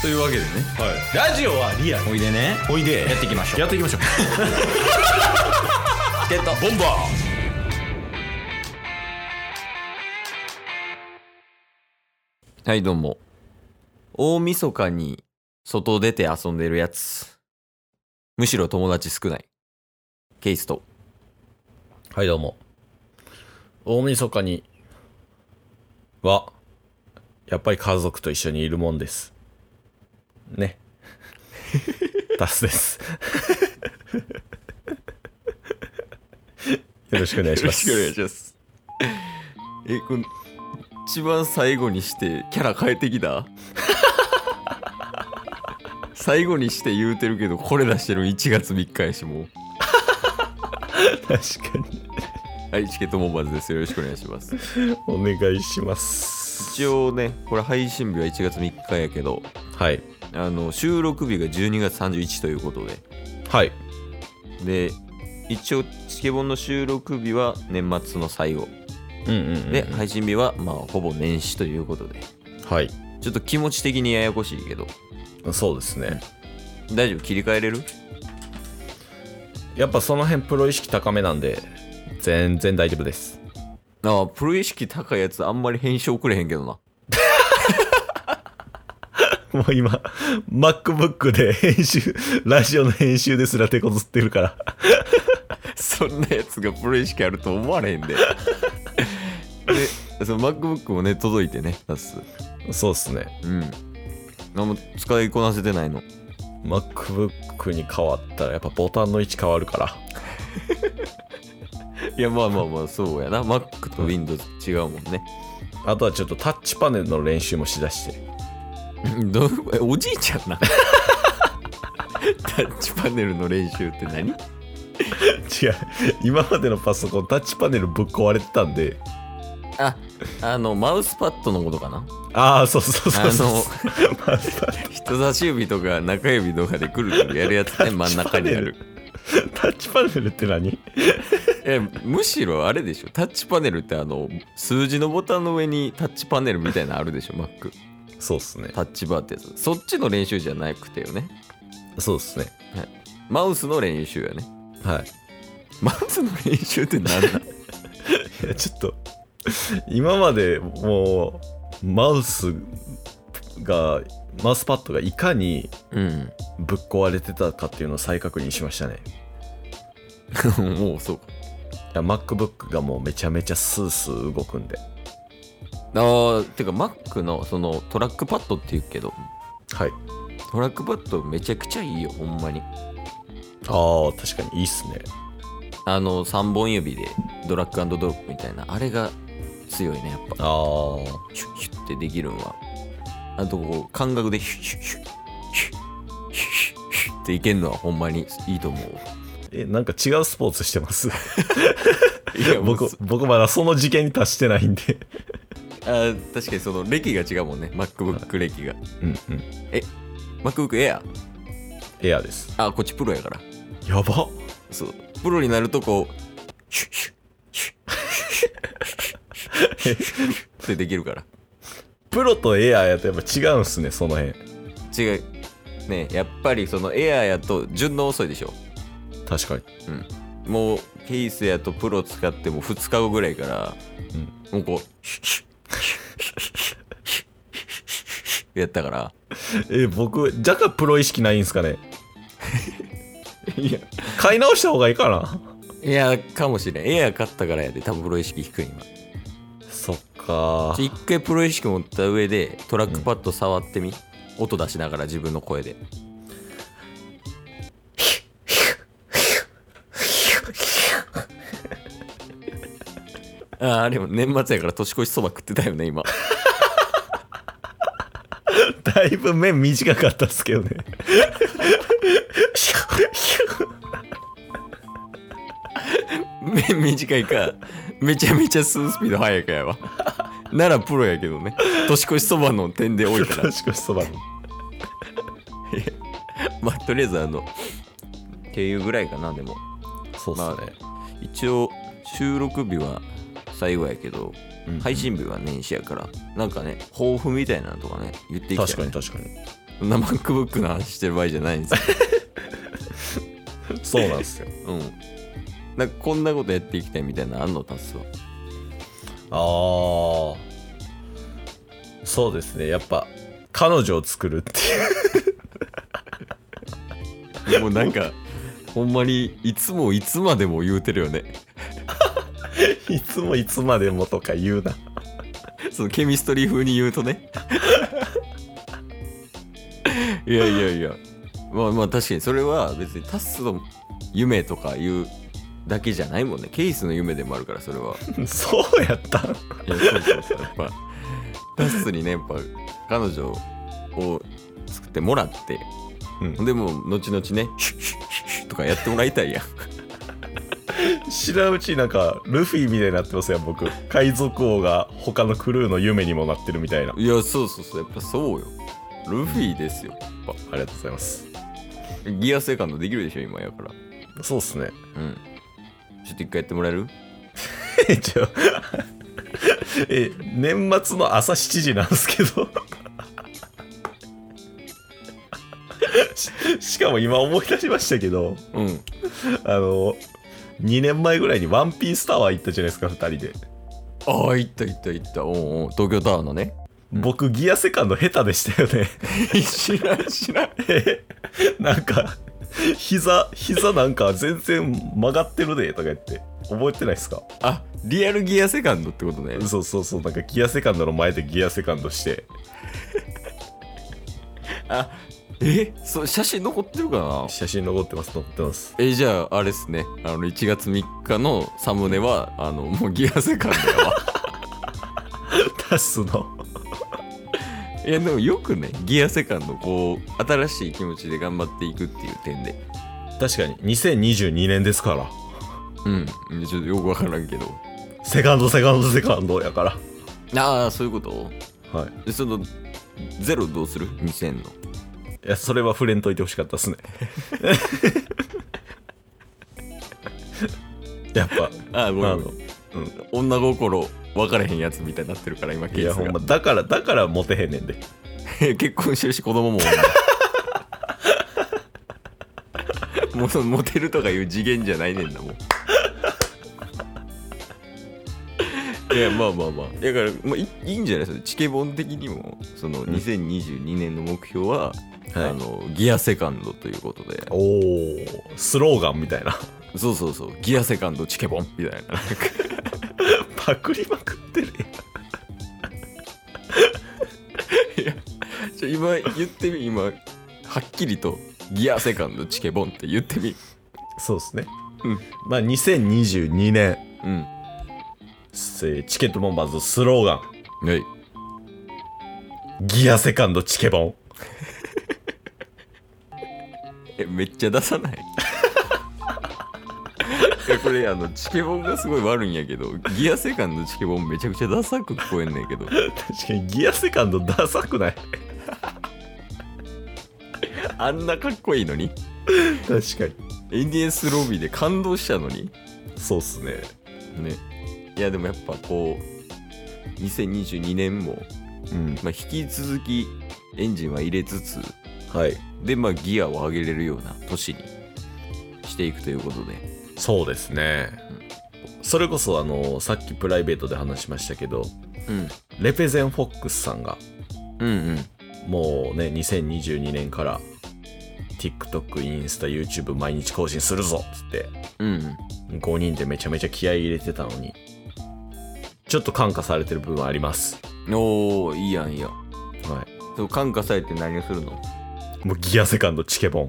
というわけでねはい、ラジオはリアルおいでねおいでやっていきましょうやっていきましょうゲットボンバはいどうも大晦日に外出て遊んでるやつむしろ友達少ないケイスとーはいどうも大晦日にはやっぱり家族と一緒にいるもんです ねタスですよろしくお願いしますよろしくお願いしますえこの一番最後にしてキャラ変えてき た最後にして言うてるけどこれ出してる1月3日やしもう確かにはいチケットボンバーズですよろしくお願いしますお願いします一応ねこれ配信日は1月3日やけどはいあの収録日が12月31ということではいで一応チケボンの収録日は年末の最後うんうん、うん、で配信日はまあほぼ年始ということではいちょっと気持ち的にややこしいけどそうですね大丈夫切り替えれるやっぱその辺プロ意識高めなんで全然大丈夫ですああプロ意識高いやつあんまり編集遅れへんけどな もう今 MacBook で編集ラジオの編集ですら手こずってるからそんなやつがプロ意識あると思われへんで でその MacBook もね届いてね出すそうっすねうん何も使いこなせてないの MacBook に変わったらやっぱボタンの位置変わるからいやまあまあまあそうやな Mac と Windows 違うもんね あとはちょっとタッチパネルの練習もしだしてどうえおじいちゃんな タッチパネルの練習って何違う今までのパソコンタッチパネルぶっ壊れてたんでああのマウスパッドのことかなああそうそうそうそうあのまず 人差し指とか中指とかでくるくるやるやつね真ん中にあるタッチパネルって何えむしろあれでしょタッチパネルってあの数字のボタンの上にタッチパネルみたいなのあるでしょ Mac そうっすねタッチバーってやつそっちの練習じゃなくてよねそうっすねマウスの練習やねはいマウスの練習って何だいやちょっと今までもうマウスがマウスパッドがいかにうん ぶっ壊れてたかっていうのを再確認しましたねいもうそうかや MacBook がもうめちゃめちゃスースー動くんであーてか Mac のそのトラックパッドって言うけどはいトラックパッドめちゃくちゃいいよほんまにああ確かにいいっすねあの3本指でドラッグドロップみたいなあれが強いねやっぱあーヒュッヒュッってできるんはあとこう感覚でヒュッヒュッヒュッヒュッヒュッヒュッっていけるのはほんまにいいと思うえなんか違うスポーツしてます いや 僕僕まだその次元に達してないんであー確かにその歴が違うもんね MacBook 歴がうんうん MacBook Air エアーですあこっちプロやからやばそうプロになるとこうヒュッヒュッヒュッヒュッヒュッヒュッヒュッヒュッってできるからプロとエアーやとやっぱ違うんすねその辺違うねやっぱりそのエアーやと順応遅いでしょ確かにもうケースやとプロ使っても2日後ぐらいから、もうこうやったからえ僕若干プロ意識ないんすかねいや買い直した方がいいかな エアーかもしれんエアー買ったからやで多分プロ意識低い今そっか一回プロ意識持った上でトラックパッド触ってみ、音出しながら自分の声であああれも年末やから年越しそば食ってたよね今だいぶ面短かったっすけ どね目 短いかめちゃめちゃ吸うスピード速いかやわならプロやけどね年越しそばの点で多い から年越しそばのまあとりあえずあのっていうぐらいかなでもそうっすね、一応収録日は最後やけどうん配信日は年始やからなんかね抱負みたいなのとかね言っていきたい 確かに確かにそんな MacBook の話してる場合じゃないんですよ。 そうなんですよ。うん。なんかこんなことやっていきたいみたいなのあんのタスは。ああ。そうですね。やっぱ、彼女を作るっていう。でもなん か、ほんまにいつもいつまでも言うてるよね。いつもいつまでもとか言うな。 そのケミストリー風に言うとね。いやいやいや。まあまあ確かにそれは別にタスの夢とかいうだけじゃないもんね。ケイスの夢でもあるからそれは。そうやったんいやそうそうそうやっぱタスにねやっぱ彼女を作ってもらって、うんほん、でもう後々ねシュッシュッシュッシュッとかやってもらいたいやん知らんうちになんか、ルフィみたいになってますよ、僕。海賊王が他のクルーの夢にもなってるみたいな。いやそうそうそうやっぱそうよルフィですよあありがとうございます。ギアセカンドできるでしょ今やからうそうっすね。んちょっと一回やってもらえるえ、ちょ、 え、年末の朝7時なんですけど。ししかも今思い出しましたけど、うんあの、2年前ぐらいにワンピースタワー行ったじゃないですか、2人で。ああいったいったいったおうおう東京タワーのね僕、ギアセカンド下手でしたよね。知らん知らんえなんか、膝、膝なんか全然曲がってるで、とか言って。覚えてないですかあリアルギアセカンドってことねそうそうそう、なんかギアセカンドの前でギアセカンドして。あえそう写真残ってるかな写真残ってます、残ってます。えじゃああれですねあの1月3日のサムネはあのもうギアセカンドやわ タスのいやでもよくねギアセカンドこう新しい気持ちで頑張っていくっていう点で確かに2022年ですからうんちょっとよくわからんけどセカンドセカンドセカンドやかああそういうことらはいでそのゼロどうする2000のいやそれは触れんといてほしかったですね やっぱああごめあんのごめん女心分からへんやつみたいになってるから今いケーやスほんがまだからだからモテへんねんで 結婚してるし子供も女もうその モテるとかいう次元じゃないねんな もういやまあまあまあだから、まあ、いいいんじゃないですかチケボン的にもその2022年の目標は、はいあのギアセカンドということでおおスローガンみたいな そうそうそうギアセカンドチケボンみたいな なんかパクりまくってるやんちょ今言ってみ今はっきりとギアセカンドチケボンって言ってみそうですねうんまあ2022年うんえーチケットボンバーズスローガはいンギアセカンドチケボンえめっちゃ出さない いやこれあのチケボンがすごい悪いんやけどギアセカンドチケボンめちゃくちゃダサく聞こえんねんけど確かにギアセカンドダサくないあんなかっこいいのに確かにインディエンスロビーで感動したのにそうっすねねいやでもやっぱこう2022年も、うんまあ、引き続きエンジンは入れつつはいでまあギアを上げれるような年にしていくということでそうですね、それこそあのさっきプライベートで話しましたけどうんレペゼンフォックスさんがうんうんもうね2022年から TikTok インスタ YouTube 毎日更新するぞっつってうん5人でめちゃめちゃ気合い入れてたのにちょっと感化されてる部分ありますうんおおいいやんいいやんはそう感化されて何をするのいもうギアセカンドチケボン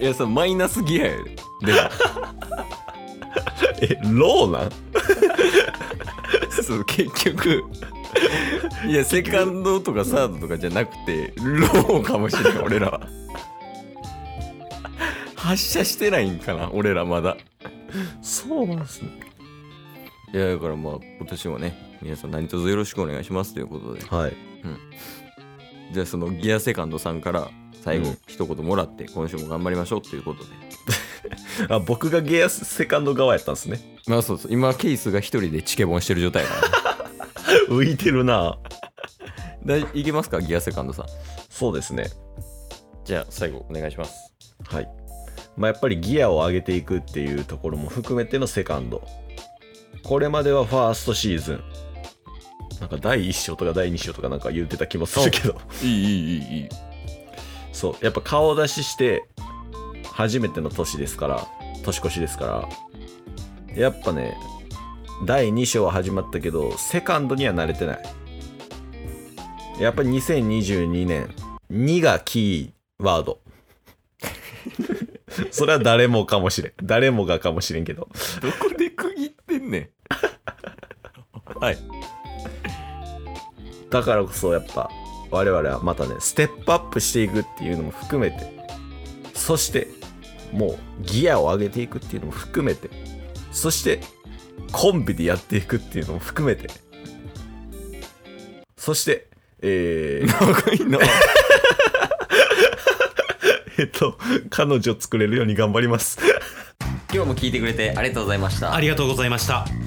いや、そのマイナスギアやで。でも、えローなん そう結局、いや、セカンドとかサードとかじゃなくて、ローかもしれん、俺らは。発射してないんかな、俺らまだ。そうなんすねいや、だからまあ、今年もね、皆さん何卒よろしくお願いしますということで。はいじゃあ、そのギアセカンドさんから、最後、一言もらって、今週も頑張りましょうということで。あ僕がギアセカンド側やったんですね まあそう そう、今、ケイスが一人でチケボンしてる状態やから。浮いてるなだいいけますかギアセカンドさんそうですね。じゃあ最後お願いしますはい。まあ、やっぱりギアを上げていくっていうところも含めてのセカンド。これまではファーストシーズン。なんか第1章とか第2章とかなんか言ってた気もするけど。いいいいいいいいそう。やっぱ顔出しして、初めての年ですから、年越しですから。やっぱね、第2章は始まったけど、セカンドには慣れてない。やっぱり2022年、2がキーワード。 それは誰もかもしれん。誰もがかもしれんけど。どこで区切ってんねんはいだからこそやっぱ我々はまたねステップアップしていくっていうのも含めてそしてもうギアを上げていくっていうのも含めてそしてコンビでやっていくっていうのも含めてそしてえー 長いなえっと彼女作れるように頑張ります 今日も聞いてくれてありがとうございましたありがとうございました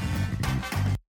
す